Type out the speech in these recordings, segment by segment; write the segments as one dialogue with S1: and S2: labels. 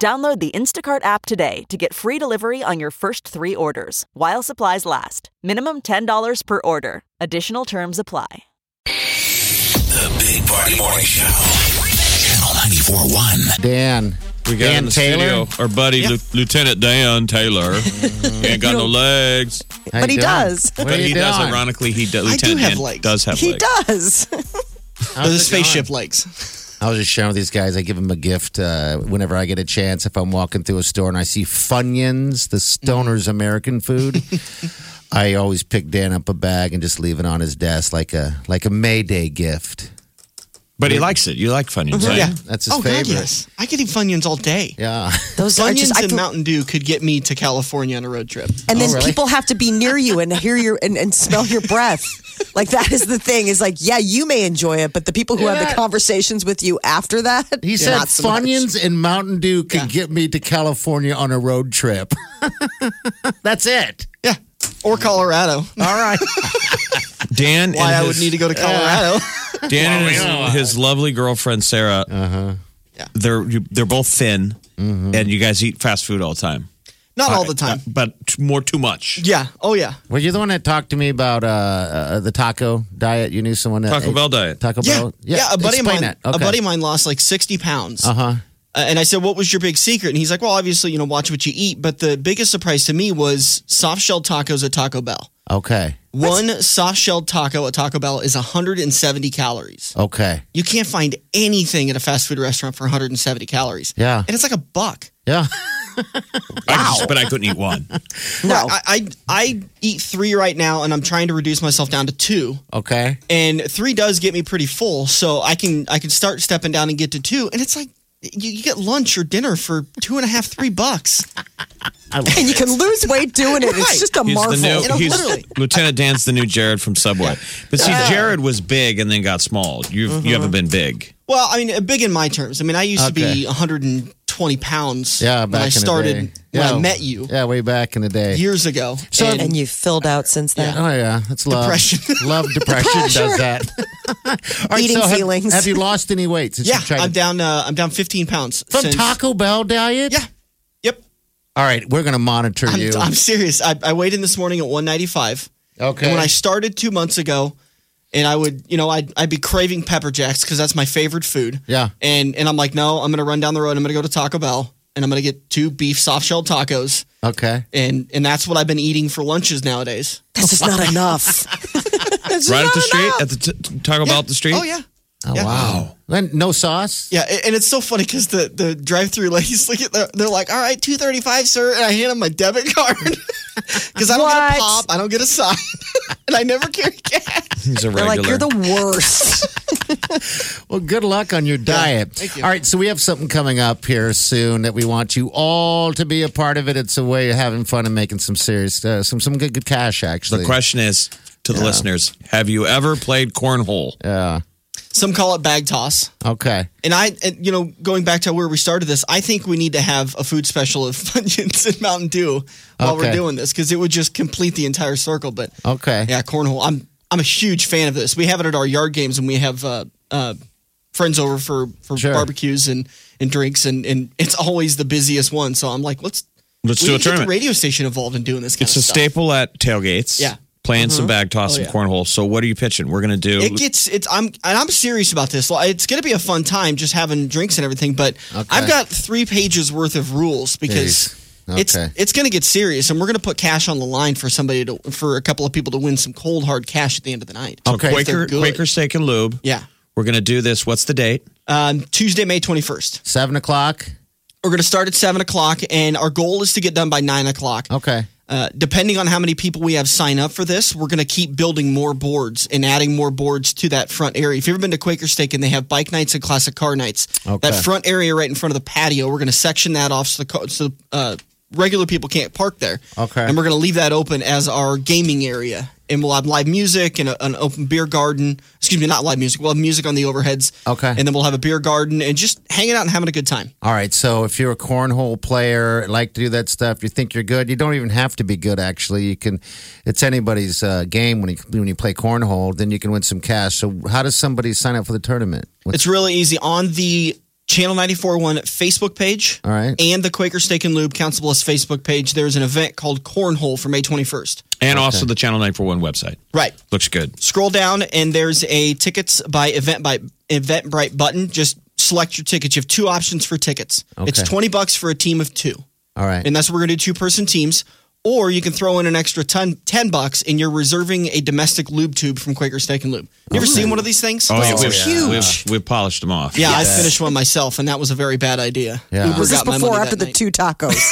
S1: Download the Instacart app today to get free delivery on your first three orders while supplies last. Minimum $10 per order. Additional terms apply.
S2: The Big Party Morning Show. Channel 941.
S3: Dan.
S4: We got
S3: Dan
S4: in the
S3: Taylor.
S4: studio our buddy Lu- Lieutenant Dan Taylor. he ain't got no legs,
S3: How you
S5: But he
S3: doing?
S5: does.
S3: What
S4: but
S3: are you
S4: he
S3: doing?
S4: does. Ironically, he does.
S5: I do
S4: Lieutenant
S5: have
S4: Dan
S5: legs.
S4: does have
S5: he
S4: legs.
S5: does.
S3: How's
S5: Those
S3: it going?
S5: spaceship legs.
S3: I was just sharing with these guys. I give them a gift uh, whenever I get a chance. If I'm walking through a store and I see Funyuns, the stoner's American food, I always pick Dan up a bag and just leave it on his desk like a like a May Day gift.
S4: But he likes it. You like Funyuns, right?
S5: Yeah.
S3: That's his
S5: oh
S3: favorite.
S5: God, yes. I could eat Funyuns all day.
S3: Yeah,
S6: Those are
S5: Funyuns
S6: just, I
S5: and
S6: feel-
S5: Mountain Dew could get me to California on a road trip.
S6: and then
S3: Oh, really?
S6: people have to be near you and hear your and, and smell your breath. like that is the thing. Is like, yeah, you may enjoy it, but the people who have the conversations with you after that,
S3: he said
S6: not so much.
S3: Funyuns and Mountain Dew could get me to California on a road trip. That's it.
S5: Yeah. Or Colorado.
S3: All right.
S4: Dan.
S5: Why
S4: and
S5: I would
S4: his-
S5: need to go to Colorado.
S4: Dan and his, his lovely girlfriend Sarah. Uh-huh. They're you, they're both thin,
S3: Mm-hmm.
S4: and you guys eat fast food all the time. Uh,
S5: Not all the
S3: Uh,
S5: time.
S4: but, but t- more too much.
S5: Yeah. Oh yeah.
S3: Were you the one that talked to me about uh, uh, the taco diet? You knew someone that
S4: Taco
S3: ate
S4: Bell diet.
S3: Taco
S5: Yeah.
S3: Bell.
S5: Yeah. a buddy of
S3: explain
S5: mine.
S3: that. Okay.
S5: A buddy of mine lost like sixty pounds.
S3: Uh huh.
S5: Uh, and I said, "What was your big secret?" And he's like, "Well, obviously, you know, watch what you eat." But the biggest surprise to me was soft shell tacos at Taco Bell.
S3: Okay.
S5: One soft shell taco at Taco Bell is 170 calories.
S3: Okay.
S5: You can't find anything at a fast food restaurant for 170 calories.
S3: Yeah.
S5: and it's like a buck.
S3: Yeah.
S4: I just, but I couldn't eat one.
S6: Oh.
S5: No, I, I I eat three right now, and I'm trying to reduce myself down to two.
S3: Okay.
S5: And three does get me pretty full, so I can I can start stepping down and get to two. And it's like you, you get lunch or dinner for two and a half, three bucks.
S6: and you can lose weight doing it. It's
S5: Right.
S6: just a
S4: He's
S6: marvel.
S4: the new
S5: It'll
S4: he's,
S5: literally-
S4: Lieutenant Dan's the new Jared from Subway. But see, Jared was big and then got small. You
S5: Uh-huh.
S4: you haven't been big.
S5: Well, I mean, big in my terms. I mean, I used to
S3: Okay.
S5: be 120 pounds
S3: Yeah. Back
S5: when I
S3: in
S5: started
S3: the day.
S5: when
S3: yeah.
S5: I met you
S3: Yeah, way back in the day.
S5: years ago.
S3: So-
S5: And-
S6: and you've filled out since then.
S3: oh yeah, that's love.
S5: Depression.
S3: love depression does that. All
S6: Eating
S3: have-
S6: feelings.
S3: Have, you lost any weight since
S5: yeah,
S3: you tried
S5: I'm
S3: it?
S5: down. Uh, I'm down 15 pounds
S3: from
S5: since-
S3: Taco Bell diet?
S5: Yeah, yep.
S3: All right, we're gonna monitor
S5: I'm,
S3: you.
S5: I'm serious. I, I weighed in this morning at 195.
S3: okay.
S5: And when I started two months ago, and I would, you know, I'd, I'd be craving pepper jacks because that's my favorite food.
S3: Yeah.
S5: And and I'm like, no, I'm gonna run down the road. I'm gonna go to Taco Bell and I'm gonna get two beef soft shell tacos.
S3: okay.
S5: And and that's what I've been eating for lunches nowadays.
S6: That's just not enough. That's just
S4: Right at
S6: not
S4: the street,
S6: enough.
S4: at the t- Taco Bell at the street.
S5: Oh yeah.
S3: Oh
S5: Yeah.
S3: wow. Then no sauce.
S5: Yeah, a- and it's so funny because the, the drive through ladies look at they're, they're like, "All right, two thirty five, sir," and I hand them my debit card because I don't get a pop, I don't get a sign, and I never carry cash.
S4: he's a
S6: They're
S4: regular.
S6: like, you're the worst.
S3: Well, good luck on your diet.
S5: thank you.
S3: All right, so we have something coming up here soon that we want you all to be a part of it. It's a way of having fun and making some serious, uh, some some good, good cash actually.
S4: the question is to the listeners: Have you ever played cornhole?
S3: yeah.
S5: Some call it bag toss.
S3: Okay.
S5: And I, and, you know, going back to where we started this, I think we need to have a food special of Funyuns and Mountain Dew while
S3: Okay.
S5: we're doing this because it would just complete the entire circle. But
S4: Oh.
S3: Okay.
S5: yeah, cornhole. I'm I'm a huge fan of this. We have it at our yard games, and we have uh, uh, friends over for for
S3: Sure.
S5: barbecues and and drinks, and and it's always the busiest one. So I'm like, let's
S4: Let's
S5: we
S4: do a
S5: need to get
S4: tournament.
S5: The radio station involved in doing this. Kind
S4: It's
S5: of
S4: a
S5: stuff.
S4: staple at tailgates.
S5: Yeah.
S4: Playing some bag toss
S5: Oh,
S4: and
S5: yeah.
S4: cornhole. So what are you pitching? We're gonna do
S5: It gets it's I'm and I'm serious about this. Like, It's going to be a fun time just having drinks and everything. But I've got three pages worth of rules because
S3: Jeez.
S5: it's
S3: Okay.
S5: it's going to get serious, and we're going to put cash on the line for somebody to for a couple of people to win some cold hard cash at the end of the night.
S3: Okay.
S4: Quaker
S5: they're good.
S4: Quaker Steak and Lube.
S5: Yeah,
S4: We're gonna do this. What's the date?
S5: um, Tuesday, May twenty first.
S3: Seven o'clock.
S5: We're going to start at seven o'clock, and our goal is to get done by nine o'clock.
S3: Okay.
S5: Uh, depending on how many people we have sign up for this, we're going to keep building more boards and adding more boards to that front area. If you've ever been to Quaker Steak and they have bike nights and classic car nights,
S3: Okay.
S5: that front area right in front of the patio, we're going to section that off so the, car, so, uh, regular people can't park there.
S3: Okay.
S5: And we're going to leave that open as our gaming area. And we'll have live music and a, an open beer garden. Excuse me, not live music. We'll have music on the overheads.
S3: Okay.
S5: And then we'll have a beer garden and just hanging out and having a good time.
S3: All right, so if you're a cornhole player, like to do that stuff, you think you're good, you don't even have to be good. Actually, you can. It's anybody's uh, game when you when you play cornhole. Then you can win some cash. So, how does somebody sign up for the tournament? What-
S5: It's really easy on the Channel 941 Facebook page.
S3: All right.
S5: And the Quaker Steak and Lube Council Bluffs Facebook page. There's an event called Cornhole for May 21st.
S4: And also the Channel 941 website.
S5: Right.
S4: Looks good.
S5: Scroll down and there's a tickets by event by Eventbrite button. Just select your tickets. You have two options for tickets. It's
S3: Okay.
S5: 20 bucks for a team of two.
S3: All right.
S5: And that's what we're going to do two person teams. Or you can throw in an extra 10, 10 bucks and you're reserving a domestic lube tube from Quaker Steak and Lube. You ever seen one of these things?
S3: Oh,
S4: Oh, we've,
S6: huge.
S4: We've, we've polished them off.
S5: Yeah, I finished one myself, and that was a very bad idea.
S3: Yeah.
S5: Uber
S6: Was this
S5: got my
S6: before or
S5: money
S6: after
S5: that
S6: the
S5: night.
S6: two tacos?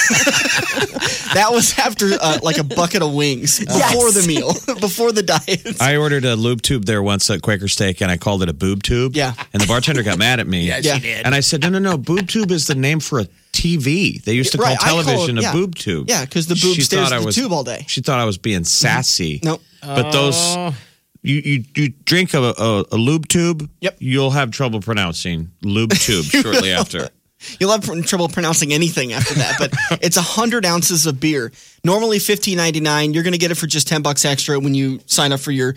S5: That was after uh, like a bucket of wings before the meal, before the diet.
S4: I ordered a lube tube there once at Quaker Steak, and I called it a boob tube.
S5: Yeah.
S4: And the bartender got mad at me. yeah,
S5: Yeah.
S4: did. And I said, no, no, no. Boob tube is the name for a TV. They used to call
S5: Right, I call it-
S4: television a
S5: yeah.
S4: boob tube.
S5: Yeah, 'cause the boob
S4: She
S5: stares
S4: thought
S5: at
S4: I
S5: the
S4: was-
S5: tube all day. Mm-hmm.
S4: She thought I was being sassy.
S5: Nope.
S4: But those, you you, you drink a, a, a lube tube.
S5: Yep.
S4: You'll have trouble pronouncing lube tube shortly after.
S5: You'll have pr- trouble pronouncing anything after that, but it's 100 ounces of beer. Normally 15.99, you're going to get it for just 10 bucks extra when you sign up for your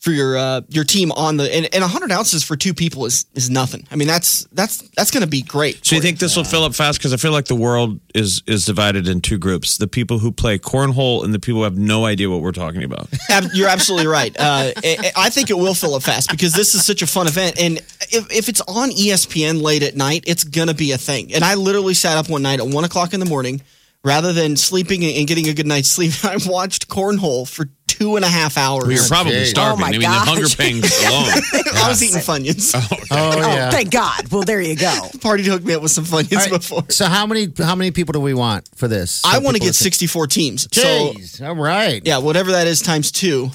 S5: for your uh, your team on the and, and 100 ounces for two people is is nothing. I mean, that's that's that's going to be great.
S4: So you think this will fill up fast? Because I feel like the world is is divided in two groups: the people who play cornhole and the people who have no idea what we're talking about.
S5: Ab- you're absolutely right. Uh, I I think it will fill up fast because this is such a fun event, and if, if it's on E ESPN late at night, it's gonna be a thing. And I literally sat up one night at one o'clock in the morning, rather than sleeping and getting a good night's sleep. I watched cornhole for two and a half hours.
S4: You're probably
S3: geez.
S4: starving.
S6: Oh, my
S4: I mean,
S6: gosh.
S4: the hunger pangs alone.
S5: I was eating Funyuns.
S3: oh yeah.
S6: Oh, thank God. Well, there you go.
S5: Party hooked me up with some Funyuns
S3: All right,
S5: before.
S3: So how many how many people do we want for this?
S5: I
S3: So
S5: want to
S3: people
S5: get
S3: listen-
S5: 64 teams. So
S3: Jeez, all right.
S5: yeah, whatever that is times two,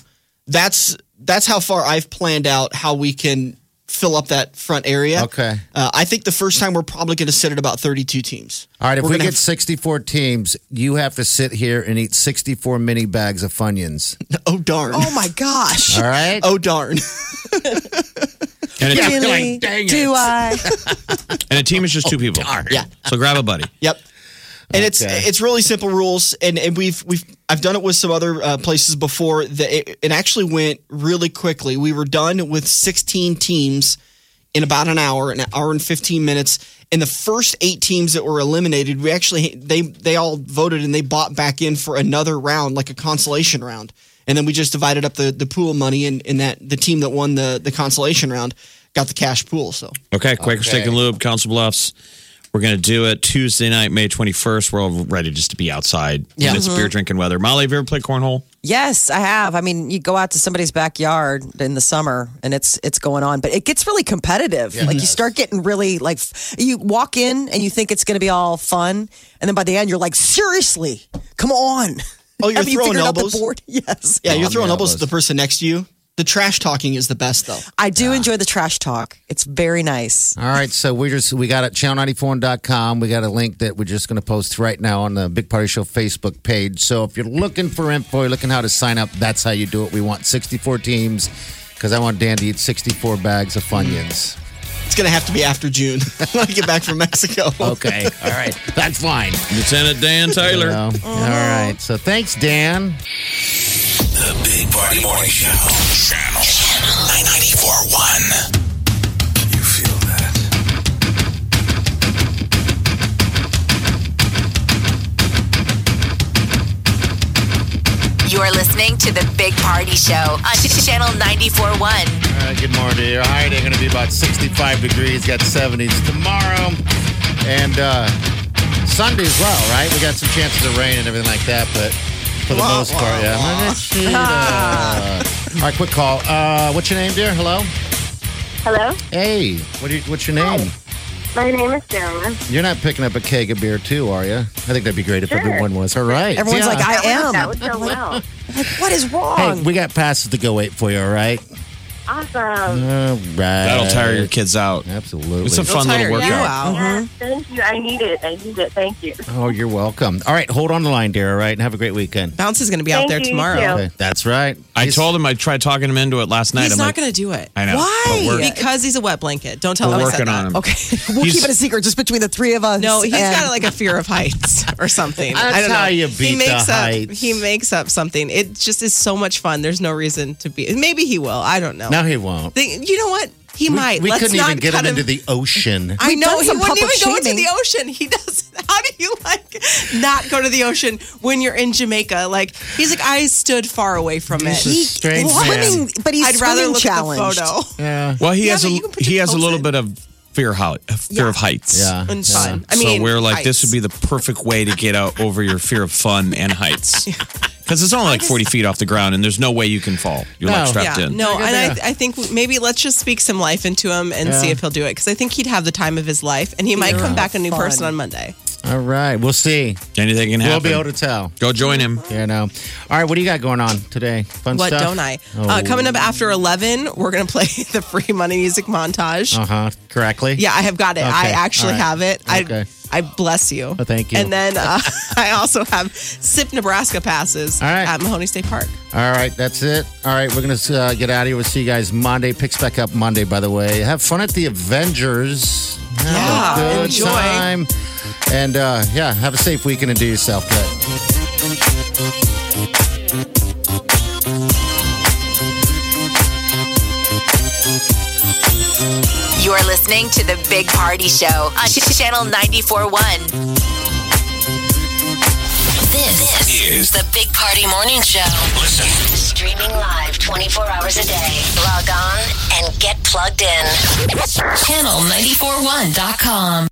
S5: that's that's how far I've planned out how we can fill up that front area.
S3: Okay.
S5: Uh, I think the first time we're probably going to sit at about 32 teams.
S3: All right, if
S5: We're
S3: we
S5: gonna
S3: get
S5: have-
S3: 64 teams, you have to sit here and eat 64 mini bags of Funyuns.
S5: oh darn.
S6: Oh my gosh.
S3: All right?
S5: Oh darn.
S4: And a,
S3: Yeah.
S4: team,
S6: Really?
S3: Like, dang
S6: Do I?
S4: and a team is just two people.
S5: Yeah.
S4: So grab a buddy.
S5: Yep. And it's
S3: Okay.
S5: it's really simple rules, and, and we've we've I've done it with some other uh, places before. That it, it actually went really quickly. We were done with 16 teams in about an hour, an hour and 15 minutes. And the first eight teams that were eliminated, we actually they they all voted and they bought back in for another round, like a consolation round. And then we just divided up the, the pool money, and, and that the team that won the the consolation round got the cash pool. So
S4: Okay. Quaker Steak and Lube, Council Bluffs. We're going to do it Tuesday night, May 21st. We're all ready just to be outside. Yeah. And it's
S7: Mm-hmm.
S4: beer drinking weather. Molly, have you ever played cornhole?
S6: Yes, I have. I mean, you go out to somebody's backyard in the summer and it's it's going on, but it gets really competitive. Like you start getting really like f- you walk in and you think it's going to be all fun, and then by the end you're like, seriously, come on.
S5: Oh, you're
S6: Have you
S5: throwing
S6: figured out the
S5: elbows?
S6: board? Yes.
S5: yeah, you're
S3: I'm
S5: throwing elbows at
S3: elbows.
S5: the person next to you. The trash talking is the best though.
S6: I do enjoy the trash talk. It's very nice.
S3: All right, so we just we got it channel94.com. We got a link that we're just going to post right now on the Big Party Show Facebook page. So if you're looking for info, you're looking how to sign up, that's how you do it. We want 64 teams because I want Dan to eat 64 bags of Funyuns.
S5: It's gonna have to be after June when I get back from Mexico.
S3: Okay, all right, that's fine.
S4: Lieutenant Dan Taylor.
S3: So, all right, so thanks, Dan.
S2: The Big Party Morning Show. Channel 941. You feel that?
S8: You're listening to the Big Party Show on Channel 94.1.
S3: All right, good morning. Your high day going to be about 65 degrees. Got 70s tomorrow, and uh, Sunday as well, right? We got some chances of rain and everything like that, but for the
S5: Wah,
S3: most part, yeah. All right, quick call. Uh, what's your name, dear? Hello.
S9: Hello,
S3: Hey, what do you, what's your name?
S9: my name is Joan.
S3: You're not picking up a keg of beer too, are you? I think that'd be great if everyone was. All right.
S6: Everyone's like, I
S9: That
S6: am.
S9: was so well.
S6: What is wrong?
S3: Hey, we got passes to go wait for you. All right.
S9: Awesome.
S3: All right.
S4: That'll tire your kids out.
S3: Absolutely.
S4: It's a fun little
S7: It'll tire
S4: workout.
S7: you out.
S6: Mm-hmm.
S9: Yes, thank you. I need it. I need it. Thank you.
S3: oh, you're welcome. All right. Hold on the line, Dara, right? And have a great weekend.
S7: Bounce is going to be out
S9: Thank
S7: there
S9: you, you
S7: tomorrow.
S9: too.
S3: Okay. That's right.
S4: I told him I tried talking him into it last night.
S7: He's
S4: I'm
S7: not
S4: like,
S7: going to do it.
S4: I know.
S6: Why?
S4: but we're-
S7: Because he's a wet blanket. Don't tell
S4: We're
S7: him I
S4: working
S7: said that.
S4: on him.
S6: Okay, we'll
S4: He's-
S6: keep it a secret just between the three of us.
S7: No, he's
S6: and-
S7: got like a fear of heights or something.
S3: That's
S7: I don't know.
S3: how you beat
S7: Uh, he
S3: the
S7: makes up,
S3: heights.
S7: He makes up something. It just is so much fun. There's no reason to be. Maybe he will. I don't know.
S3: No, he won't.
S7: They- you know what? He
S3: We-
S7: might.
S3: We
S7: Let's
S3: couldn't
S7: not
S3: even get
S7: cut
S3: him into the ocean.
S7: I
S6: We've
S7: know
S6: done
S7: he
S6: some
S7: wouldn't even
S6: public
S7: go into
S6: shaming.
S7: the ocean. He doesn't. How do you like not go to the ocean when you're in Jamaica? Like he's like I stood far away from it.
S3: This is strange
S6: swimming,
S3: man.
S6: but he's
S7: I'd rather
S6: swimming
S7: look
S6: challenged.
S7: at the photo.
S3: Yeah.
S4: Well, he
S7: Yeah,
S4: has a
S7: but you can put
S4: he
S7: your
S4: has a
S7: toes
S4: little
S7: in.
S4: bit of fear height, fear of heights.
S3: Yeah.
S7: And fun. I
S4: so
S7: mean,
S4: we're like,
S7: heights.
S4: this would be the perfect way to get out over your fear of fun and heights, because it's only like forty feet off the ground, and there's no way you can fall. You're
S3: No.
S4: like strapped
S7: yeah,
S4: in.
S7: No, and I, I think maybe let's just speak some life into him and see if he'll do it because I think he'd have the time of his life and he might come back a new
S6: Fun.
S7: person on Monday.
S3: All right. We'll see.
S4: Anything can
S3: We'll
S4: happen.
S3: be able to tell.
S4: Go join him.
S3: You know. All right. What do you got going on today? Fun
S7: What
S3: stuff?
S7: don't I? Uh,
S3: Oh.
S7: coming up after 11, we're going to play the free money music montage.
S3: Uh huh. Correctly?
S7: Yeah, I have got it. I
S3: Okay,
S7: actually
S3: all right.
S7: have it. I
S3: Okay.
S7: I bless you.
S3: Oh, thank you.
S7: And then uh, I also have SIP Nebraska passes
S3: All right.
S7: at Mahoney State Park.
S3: All right, that's it. All right, we're going to uh, get out of here. We'll see you guys Monday. Picks back up Monday, by the way. Have fun at the Avengers. Have
S7: Yeah, enjoy.
S3: time. And uh, yeah, have a safe weekend and do yourself good.
S8: You're listening to the Big Party Show on Ch- Channel 94.1. This
S2: Is
S8: the Big Party Morning Show.
S2: listen
S8: Streaming live 24 hours a day. Log on and get plugged in. Channel941.com.